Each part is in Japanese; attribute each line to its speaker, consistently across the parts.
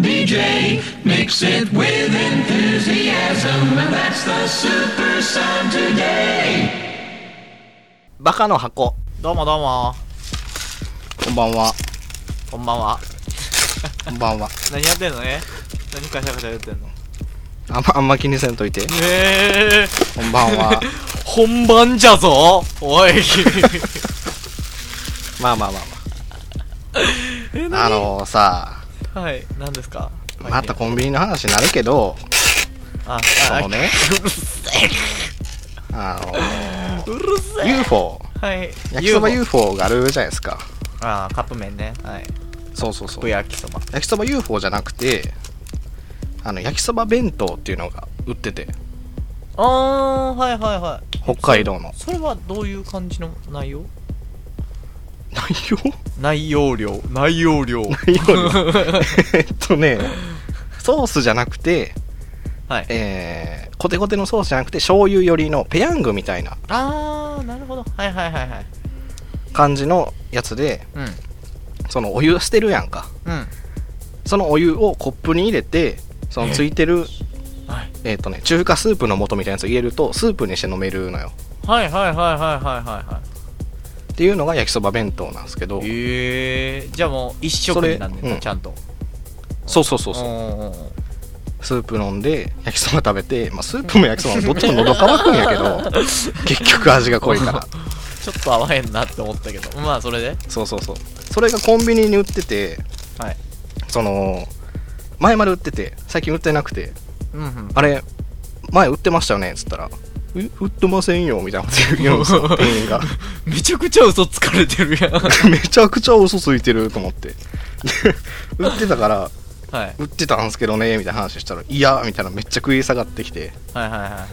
Speaker 1: KJ makes it with enthusiasm, and that's the super sound today.
Speaker 2: バカの箱
Speaker 3: どうもどうも
Speaker 2: こんばんは
Speaker 3: こんばんは
Speaker 2: こんばんは
Speaker 3: 何やってんのね何カシャカシャ言ってんの
Speaker 2: あんまあんま気にせんといて
Speaker 3: ええ
Speaker 2: こんばん は
Speaker 3: 本番じゃぞおい
Speaker 2: まあまあまあ
Speaker 3: え
Speaker 2: まああのさ
Speaker 3: 何はい何ですか
Speaker 2: またコンビニの話になるけど
Speaker 3: あ
Speaker 2: その
Speaker 3: あ
Speaker 2: ね
Speaker 3: うるせ
Speaker 2: あ
Speaker 3: えうるせ
Speaker 2: の
Speaker 3: え
Speaker 2: UFO
Speaker 3: はい
Speaker 2: 焼きそば
Speaker 3: UFO
Speaker 2: UFO があるじゃないですか
Speaker 3: ああカップ麺ねはい
Speaker 2: そうそうそう
Speaker 3: ふやきそば
Speaker 2: 焼きそば UFO じゃなくてあの焼きそば弁当っていうのが売ってて
Speaker 3: ああーはいはいはい
Speaker 2: 北海道の
Speaker 3: それはどういう感じの内容
Speaker 2: 内容
Speaker 3: 内容量内容量
Speaker 2: 内容 えっとねソースじゃなくて
Speaker 3: はい
Speaker 2: えー、コテコテのソースじゃなくて醤油寄りのペヤングみたいな
Speaker 3: ああなるほどはいはいはいはい
Speaker 2: 感じのやつで
Speaker 3: うん
Speaker 2: そのお湯捨てるやんか
Speaker 3: うん
Speaker 2: そのお湯をコップに入れてそのついてる
Speaker 3: はい
Speaker 2: えっ、とね中華スープの素みたいなやつを入れるとスープにして飲めるのよ
Speaker 3: はいはいはいはいはいはいはい
Speaker 2: っていうのが焼きそば弁当なんですけど
Speaker 3: ええじゃあもう一
Speaker 2: そ
Speaker 3: 食
Speaker 2: れ
Speaker 3: になんねんな
Speaker 2: うん
Speaker 3: ちゃんと
Speaker 2: そうそうそうそう
Speaker 3: うんうんうん
Speaker 2: スープ飲んで焼きそば食べて、まあ、スープも焼きそばもどっちも喉乾くんやけど結局味が濃いから
Speaker 3: ちょっと合わへんなって思ったけどまあそれで
Speaker 2: そうそうそうそれがコンビニに売ってて
Speaker 3: はい
Speaker 2: その前まで売ってて最近売ってなくて
Speaker 3: うんうん
Speaker 2: あれ、前売ってましたよねっつったら、え、売ってませんよみたいなこと言うんですよ、店員が。
Speaker 3: めちゃくちゃ嘘つかれて るやん
Speaker 2: めちゃくちゃ嘘ついてると思って。で 売ってたから、
Speaker 3: はい
Speaker 2: 売ってたんですけどね、みたいな話したら、いや、みたいな、めっちゃ食い下がってきて。
Speaker 3: はいはいはいはい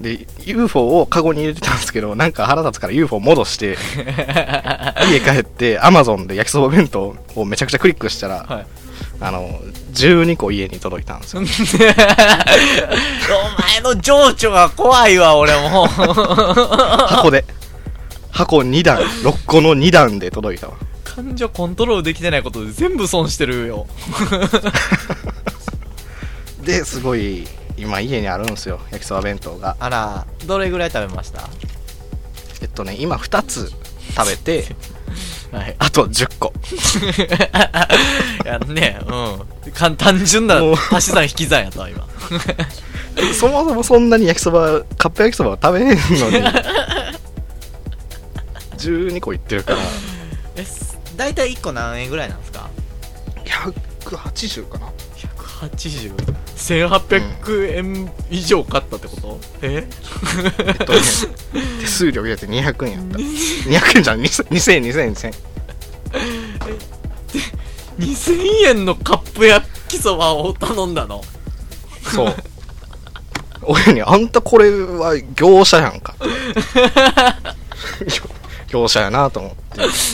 Speaker 2: で、UFO をカゴに入れてたんですけど、なんか腹立つから UFO 戻して、家帰って、Amazon で焼きそば弁当をめちゃくちゃクリックしたら、
Speaker 3: はい
Speaker 2: あの、12個家に届いた んです
Speaker 3: お
Speaker 2: よ。
Speaker 3: 前の情緒が怖いわ俺もう
Speaker 2: 箱で。箱2段、6個の2段で届いたわ。
Speaker 3: 感情コントロールできてないことで全部損してるよ
Speaker 2: ですごい今家にあるんですよ焼きそば弁当が
Speaker 3: あらどれぐらい食べました
Speaker 2: えっとね今2つ食べて
Speaker 3: はい
Speaker 2: あと10個
Speaker 3: やんねうん簡単純な
Speaker 2: もう
Speaker 3: 足し算引き算やったわ今
Speaker 2: そもそもそんなに焼きそばカップ焼きそばは食べへんのに 12個いってるから
Speaker 3: え大体1個何円ぐらいなんですか
Speaker 2: 180かな
Speaker 3: 180?1800 円以上買ったってこと、え
Speaker 2: えっとね手数料入れて200円やった200円じゃん2000 2000円2000円2000円
Speaker 3: ?2000 円のカップ焼きそばを頼んだの
Speaker 2: そう親に「あんたこれは業者やん か」業者やなと思っ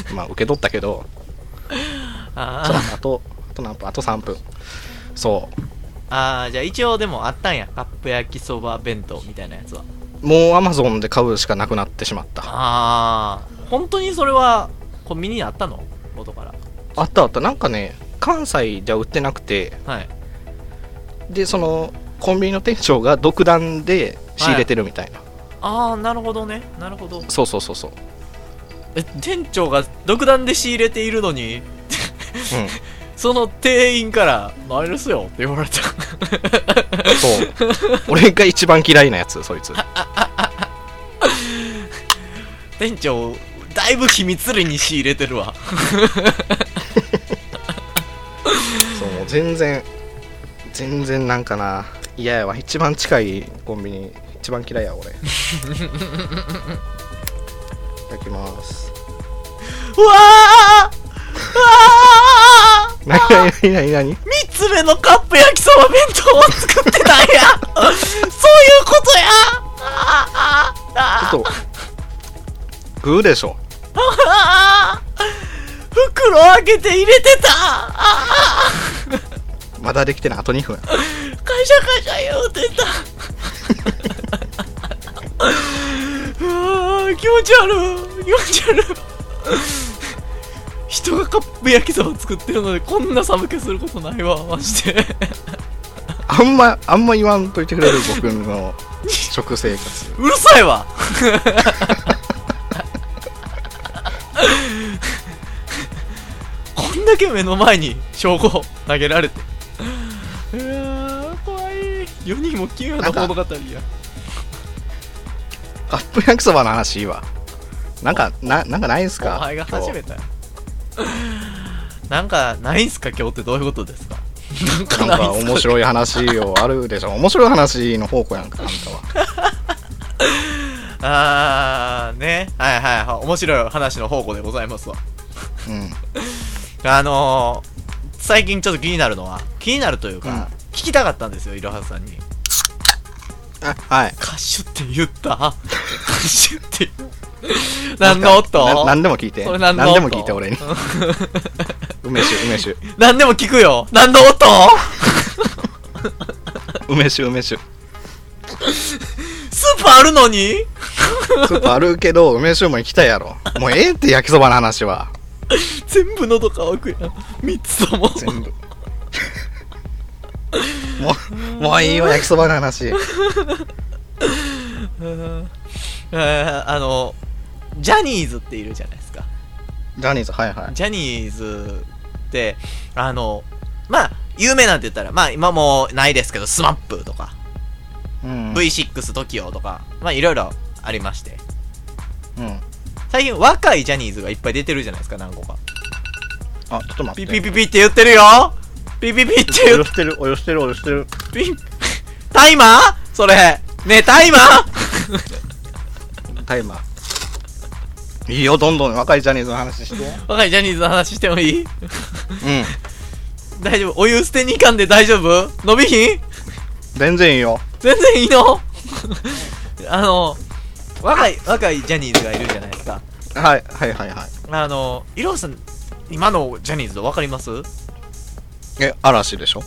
Speaker 2: てまあ受け取ったけどそう
Speaker 3: あー
Speaker 2: あと、あと何分あと3分。そう。
Speaker 3: あーじゃあ一応でもあったんやカップ焼きそば弁当みたいなやつは
Speaker 2: もう Amazon で買うしかなくなってしまった。
Speaker 3: ああ本当にそれはコンビニにあったの元から
Speaker 2: あったあった。なんかね、関西では売ってなくて、
Speaker 3: はい
Speaker 2: で、その、コンビニの店長が独断で仕入れてるみたいな。
Speaker 3: ああなるほどねなるほど
Speaker 2: そうそうそうそう。
Speaker 3: え店長が独断で仕入れているのに
Speaker 2: う
Speaker 3: その店員から「あれですよ」って言われた
Speaker 2: ん。そう。俺が一番嫌いなやつ、そいつ。
Speaker 3: 店長だいぶ秘密裏に仕入れてるわ
Speaker 2: そう、もう全然、全然なんかな、嫌やわ。一番近いコンビニ、一番嫌いや、俺。いただきます。
Speaker 3: うわああ
Speaker 2: なになになになに
Speaker 3: 3つ目のカップ焼きそば弁当を作ってた んやそういうことやあーあーあー
Speaker 2: ちょっと、食うでしょ。
Speaker 3: あー袋開けて入れてたあー
Speaker 2: まだできてない、あと2分。
Speaker 3: カシャカシャ言うてたうわー気持ち悪い気持ち悪い人がカップ焼きそば作ってるのでこんな寒気することないわマジで
Speaker 2: あんま、あんま言わんといてくれる僕の食生 活。
Speaker 3: うるさいわこんだけ目の前に証拠を投げられてうわー怖い世にも奇妙な物語や
Speaker 2: カップ焼きそばの話いいわ。なんか、ななんかないんすか
Speaker 3: お前が始め
Speaker 2: て。
Speaker 3: たよなんかないんすか今日ってどういうことですかなんか
Speaker 2: なんか
Speaker 3: ないんすか
Speaker 2: 面白い話よ、あるでしょ。面白い話の方向やんか、あんたは。
Speaker 3: あーねはいはいはい面白い話の宝庫でございますわ
Speaker 2: うん。
Speaker 3: あのー、最近ちょっと気になるのは気になるというか、
Speaker 2: うん
Speaker 3: 聞きたかったんですよいろはさんに
Speaker 2: あ、はい。
Speaker 3: 「歌手って言 った歌手って言った何の
Speaker 2: な
Speaker 3: 音
Speaker 2: 何でも聞いて。
Speaker 3: それ
Speaker 2: 何
Speaker 3: 何
Speaker 2: で
Speaker 3: の音
Speaker 2: も聞いて、俺に。梅酒、梅酒。
Speaker 3: 何でも聞くよ何の音
Speaker 2: 梅酒、梅酒。
Speaker 3: スーパーあるのに
Speaker 2: スーパーあるけど、梅酒も行きたいやろ。もうええって、焼きそばの話は。
Speaker 3: 全部喉乾くやん3つとも
Speaker 2: 全部。もう、もういいよ、焼きそばの話。
Speaker 3: うん あーあのジャニーズっているじゃないですか
Speaker 2: ジャニーズ、はいはい。
Speaker 3: ジャニーズってあのまあ有名なんて言ったらまあ今もうないですけど SMAP とか
Speaker 2: うん。
Speaker 3: V6TOKIO とかまあいろいろありまして
Speaker 2: うん。
Speaker 3: 最近若いジャニーズがいっぱい出てるじゃないですか何個か
Speaker 2: あ、ちょっと待
Speaker 3: ピ
Speaker 2: って。
Speaker 3: ピピピって言ってるよピピピって
Speaker 2: お
Speaker 3: 言
Speaker 2: よ
Speaker 3: っ
Speaker 2: してる、およしてる、およしてる。
Speaker 3: ピタイマーそれねえタイマー
Speaker 2: タイマー。いいよ、どんどん若いジャニーズの話して。
Speaker 3: 若いジャニーズの話してもいい
Speaker 2: うん。
Speaker 3: 大丈夫お湯捨てに行かんで大丈夫伸びひん
Speaker 2: 全然いいよ。
Speaker 3: 全然いいの あの若い若いジャニーズがいるじゃないですか
Speaker 2: はい、はいはいはい。
Speaker 3: あのイロハさん今のジャニーズわかります
Speaker 2: え、嵐でしょ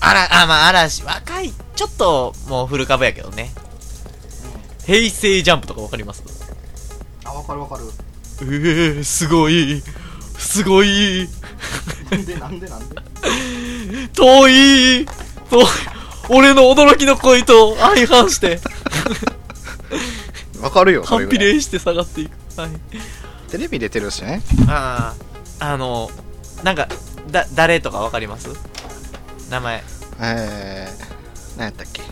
Speaker 3: あらあまあ嵐若いちょっともう古株やけどね平成ジャンプとかわかります
Speaker 2: あ、わかるわかる。
Speaker 3: えー、すごいすごい
Speaker 2: なんでなんでなんで
Speaker 3: 遠い遠い俺の驚きの声と相反 して
Speaker 2: わかるよ、それ
Speaker 3: 反
Speaker 2: ぐ
Speaker 3: 比
Speaker 2: らい
Speaker 3: 例して下がっていく、はい、
Speaker 2: テレビ出てるしね。
Speaker 3: あああのなんかだ誰とかわかります名前
Speaker 2: えー、なんやったっけ。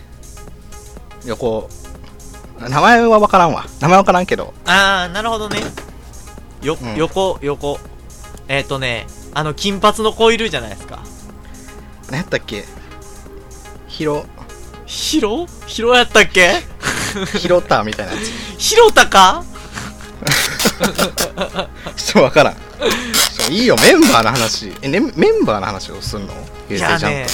Speaker 2: 横、名前はわからんわ。名前わからんけど。
Speaker 3: ああなるほどねよ、
Speaker 2: うん
Speaker 3: 横横えっ、ー、とねあの金髪の子いるじゃないですか
Speaker 2: なんやったっけ。ひろ、
Speaker 3: ヒロヒロやったっけ
Speaker 2: ひろたみたいなや
Speaker 3: ヒロタか
Speaker 2: つ。ちょっとわからん。そういいよ、メンバーの話。え、ね、メンバーの話をすんの
Speaker 3: い
Speaker 2: 平
Speaker 3: や
Speaker 2: 成ジャンプ。
Speaker 3: ね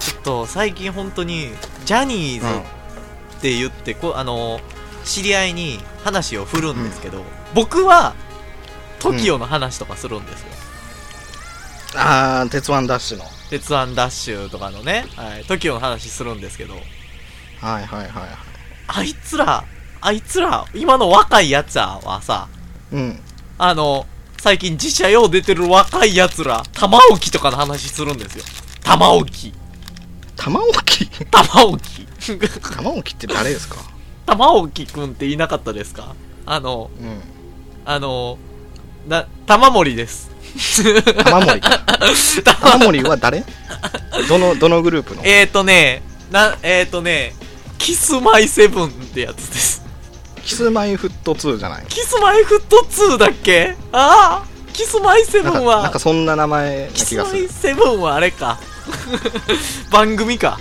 Speaker 3: ちょっと最近本当にジャニーズって言ってこうあの知り合いに話を振るんですけど、僕は TOKIO の話とかするんですよ、
Speaker 2: うん、あー、鉄腕ダッシュの。
Speaker 3: 鉄腕ダッシュとかのね、はい、TOKIO の話するんですけど
Speaker 2: はいはいはいはい。
Speaker 3: あいつらあいつら今の若いやつらはさ
Speaker 2: うん。
Speaker 3: あの最近自社用出てる若いやつら玉置とかの話するんですよ玉置
Speaker 2: 玉置
Speaker 3: 玉置
Speaker 2: 玉置って誰ですか
Speaker 3: 玉置くんっていなかったですかあの
Speaker 2: うん。
Speaker 3: あのな玉森です
Speaker 2: 玉 森か。玉森は誰どの、どのグループの
Speaker 3: えーとねなえーとねキスマイセブンってやつです
Speaker 2: キスマイフット2じゃない
Speaker 3: キスマイフット2だっけああキスマイセブ
Speaker 2: なんか
Speaker 3: ン
Speaker 2: なん
Speaker 3: は
Speaker 2: かそんな名前な
Speaker 3: キ
Speaker 2: 気
Speaker 3: ス
Speaker 2: が
Speaker 3: マ
Speaker 2: す
Speaker 3: イ
Speaker 2: る。
Speaker 3: セブンはあれか番組か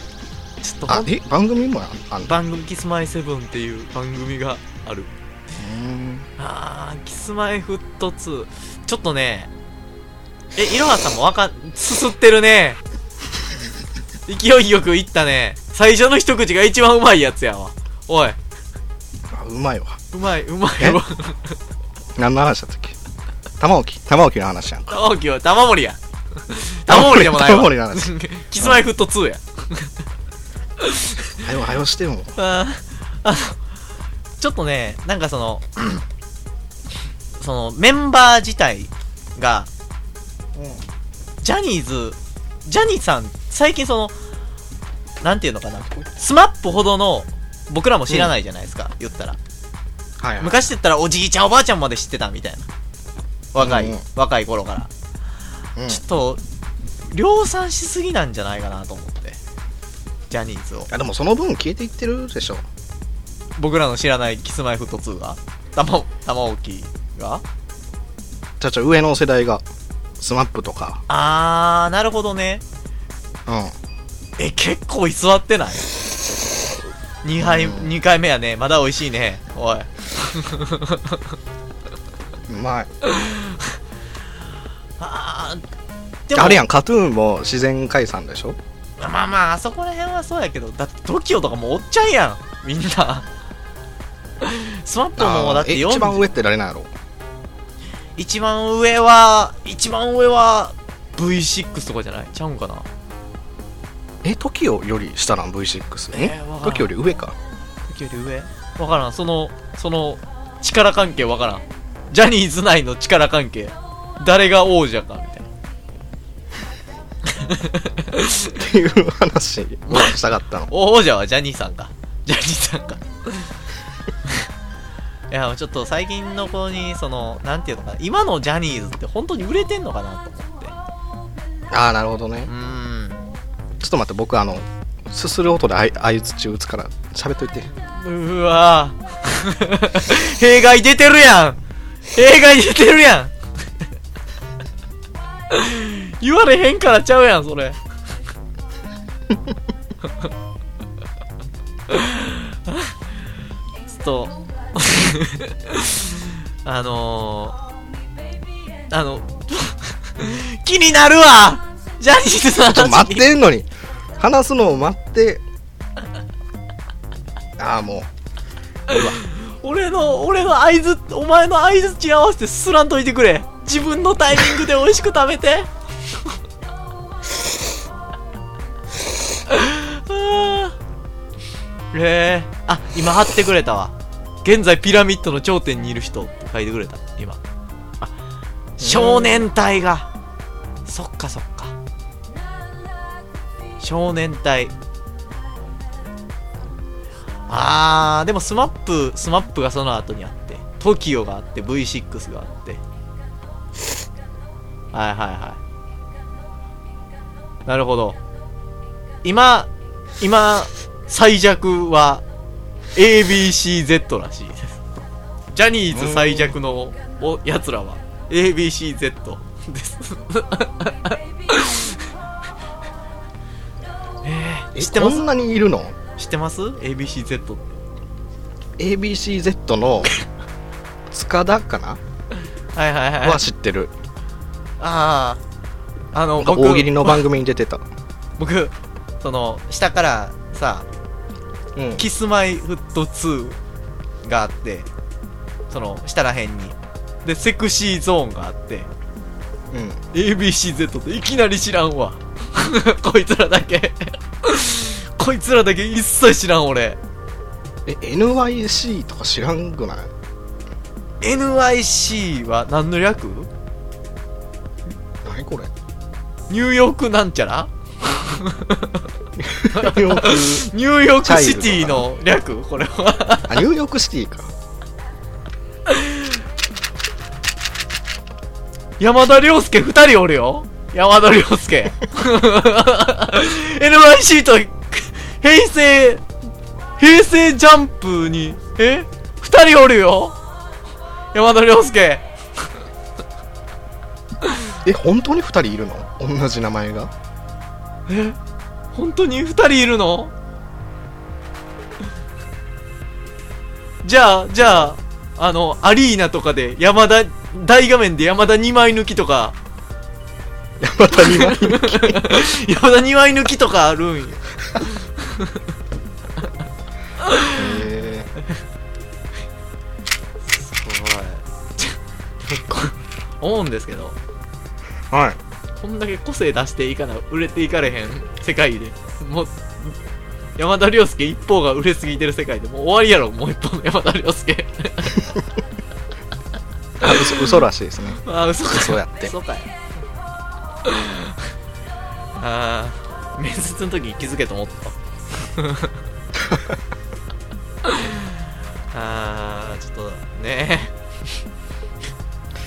Speaker 3: ちょっとほ
Speaker 2: あ
Speaker 3: ん、
Speaker 2: え、番組もやあんだ。
Speaker 3: 番組キスマイセブンっていう番組がある
Speaker 2: うーん
Speaker 3: あーキスマイフット2ちょっとねえいろはさんもわかんすすってるね勢いよくいったね最初の一口が一番うまいやつやわおい
Speaker 2: あうまいわ。
Speaker 3: うまいうまいわ
Speaker 2: 何の話だったっけ玉置玉置の話やんか。
Speaker 3: 玉置は玉森や玉森でもないわ
Speaker 2: 玉森の話
Speaker 3: キスマイフット2や
Speaker 2: はよはよしても。
Speaker 3: あーあのちょっとねなんかそのそのメンバー自体がジャニーズ、ジャニーさん、最近その、なんていうのかな、スマップほどの、僕らも知らないじゃないですか、言ったら。
Speaker 2: はいはい、
Speaker 3: 昔って言ったらおじいちゃんおばあちゃんまで知ってたみたいな。若い、
Speaker 2: うんうん
Speaker 3: 若い頃から。
Speaker 2: うん
Speaker 3: ちょっと、量産しすぎなんじゃないかなと思って。ジャニーズを。
Speaker 2: あでもその分消えていってるでしょ
Speaker 3: 僕らの知らないキスマイフット2が玉玉置が
Speaker 2: ちゃちゃ上の世代がスマップとか
Speaker 3: あー、なるほどね。
Speaker 2: う
Speaker 3: え、結構居座ってない ?2 杯、
Speaker 2: うん
Speaker 3: 二回目やね。まだ美味しいね。おい。
Speaker 2: んうまい
Speaker 3: あー、
Speaker 2: あれやんカトゥーンも自然解散でしょ
Speaker 3: まあまあ、あそこら辺はそうやけど、だって TOKIO とかもうおっちゃんやん。みん な。スマップもだっ
Speaker 2: あ
Speaker 3: て
Speaker 2: ーえ
Speaker 3: 40
Speaker 2: 一番上って誰なんやろ
Speaker 3: 一番上は、一番上は V6 とかじゃないちゃうんかな
Speaker 2: え TOKIO より下なん V6
Speaker 3: え
Speaker 2: え
Speaker 3: ーわからん
Speaker 2: TOKIO より上か
Speaker 3: ?TOKIO より上わからん。その、その、力関係わからん。ジャニーズ内の力関係。誰が王者か、みたいな。
Speaker 2: ってい う話をしたかったの
Speaker 3: お 王者はジャニーさんか。ジャニーさんか。いや、ちょっと最近の子に、その、なんていうのかな、今のジャニーズって本当に売れてんのかなと思って。
Speaker 2: ああなるほどね
Speaker 3: うーん。
Speaker 2: ちょっと待って僕あのすする音であい相槌打つから喋っといて
Speaker 3: うわ ぁ。弊害出てるやん弊害出てるやん 言われへんからちゃうやん、それ。 ちょっと、 あのー、あの、 気になるわ ジャニーズさん
Speaker 2: ちょっと待ってんのに話すのを待って ああも
Speaker 3: 俺の、俺の合図、お前の合図に合わせてすらんといてくれ。自分のタイミングで美味しく食べて。 あーえー、あ、今貼ってくれたわ。現在ピラミッドの頂点にいる人って書いてくれた、今。あ、少年隊が。そっかそっか。少年隊。あー、でもスマップ、スマップがその後にあって、TOKIO があって、V6 があって。はいはいはい。なるほど。今、今、最弱は ABCZ らしいです。ジャニーズ最弱のおやつらは ABCZ です。え
Speaker 2: う
Speaker 3: ー、知ってます
Speaker 2: こんなにいるの
Speaker 3: 知ってます ?ABCZ って。
Speaker 2: ABCZ の塚田かな
Speaker 3: はいはいはい。
Speaker 2: は知ってる
Speaker 3: ああ。あの、
Speaker 2: なんか
Speaker 3: 僕、
Speaker 2: 大喜利の番組に出てた
Speaker 3: 僕、その、下からさ、
Speaker 2: うん
Speaker 3: キスマイフット2があって、その、下らへんに。で、セクシーゾーンがあって、
Speaker 2: うん、
Speaker 3: ABCZ っていきなり知らんわ。 こいつらだけ。 こいつらだけ一切知らん俺。
Speaker 2: え NYC とか知らんくない
Speaker 3: NYC は何の略
Speaker 2: 何これ
Speaker 3: ニューヨークなんちゃら
Speaker 2: ニューヨーク
Speaker 3: ニューヨークシティの略これは。
Speaker 2: あニューヨークシティか
Speaker 3: 山田涼介二人おるよ山田涼介 NYC と平成平成ジャンプにえ二人おるよ山田涼介
Speaker 2: え本当に2人いるの同じ名前が
Speaker 3: え本当に二人いるのじゃあじゃああのアリーナとかで山田大画面で山田2枚抜きとか
Speaker 2: 山田に枚 抜き
Speaker 3: 山田2枚抜きとかあるんよ
Speaker 2: え
Speaker 3: おい思うんですけど
Speaker 2: ーはい
Speaker 3: こんだけ個性出していかな売れていかれへん世界でもう山田涼介一方が売れすぎてる世界でもう終わりやろもう一方の山田涼介
Speaker 2: あ嘘嘘らしいですね
Speaker 3: あ嘘かよ
Speaker 2: そうやって
Speaker 3: 嘘かよああ面接の時に気づけと思った ああちょっとね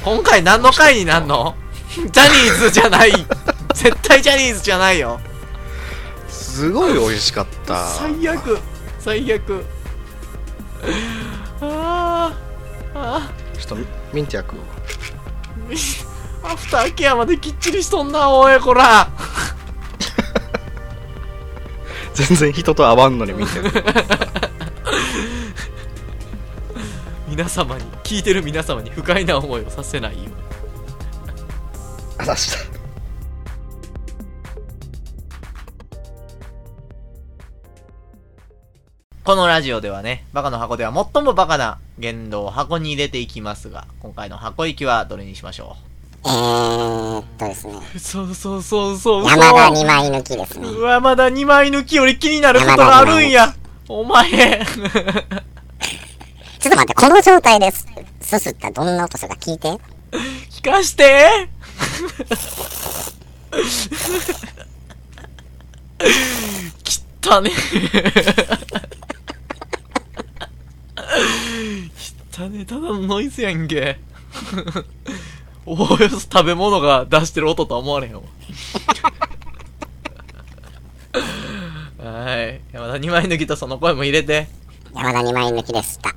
Speaker 3: 今回何の回になん のジャニーズじゃない絶対ジャニーズじゃないよ
Speaker 2: すごい美味しかった
Speaker 3: 最悪最悪あーあ
Speaker 2: ちょっとミンティア君
Speaker 3: ーアフターケアまできっちりしとんなおいこら
Speaker 2: 全然人と会わんのにミンティ ア君
Speaker 3: 皆様に聞いてる皆様に不快な思いをさせないよう
Speaker 2: あ出した
Speaker 3: このラジオではね、バカの箱では最もバカな言動を箱に入れていきますが、今回の箱行きはどれにしましょ
Speaker 4: えーっとですね。
Speaker 3: うそうそうそうそう
Speaker 4: 山田二枚抜きですね。
Speaker 3: うわ、まだ2枚抜きより気になることがあるんや。お前。
Speaker 4: ちょっと待って、この状態です。すすったらどんな音するか聞いて。
Speaker 3: 聞かして。きったね。きったね。ただのノイズやんけ。おおよそ食べ物が出してる音とは思われへんわ。はい。山田2枚抜きとその声も入れて。
Speaker 4: 山田二枚抜きでした。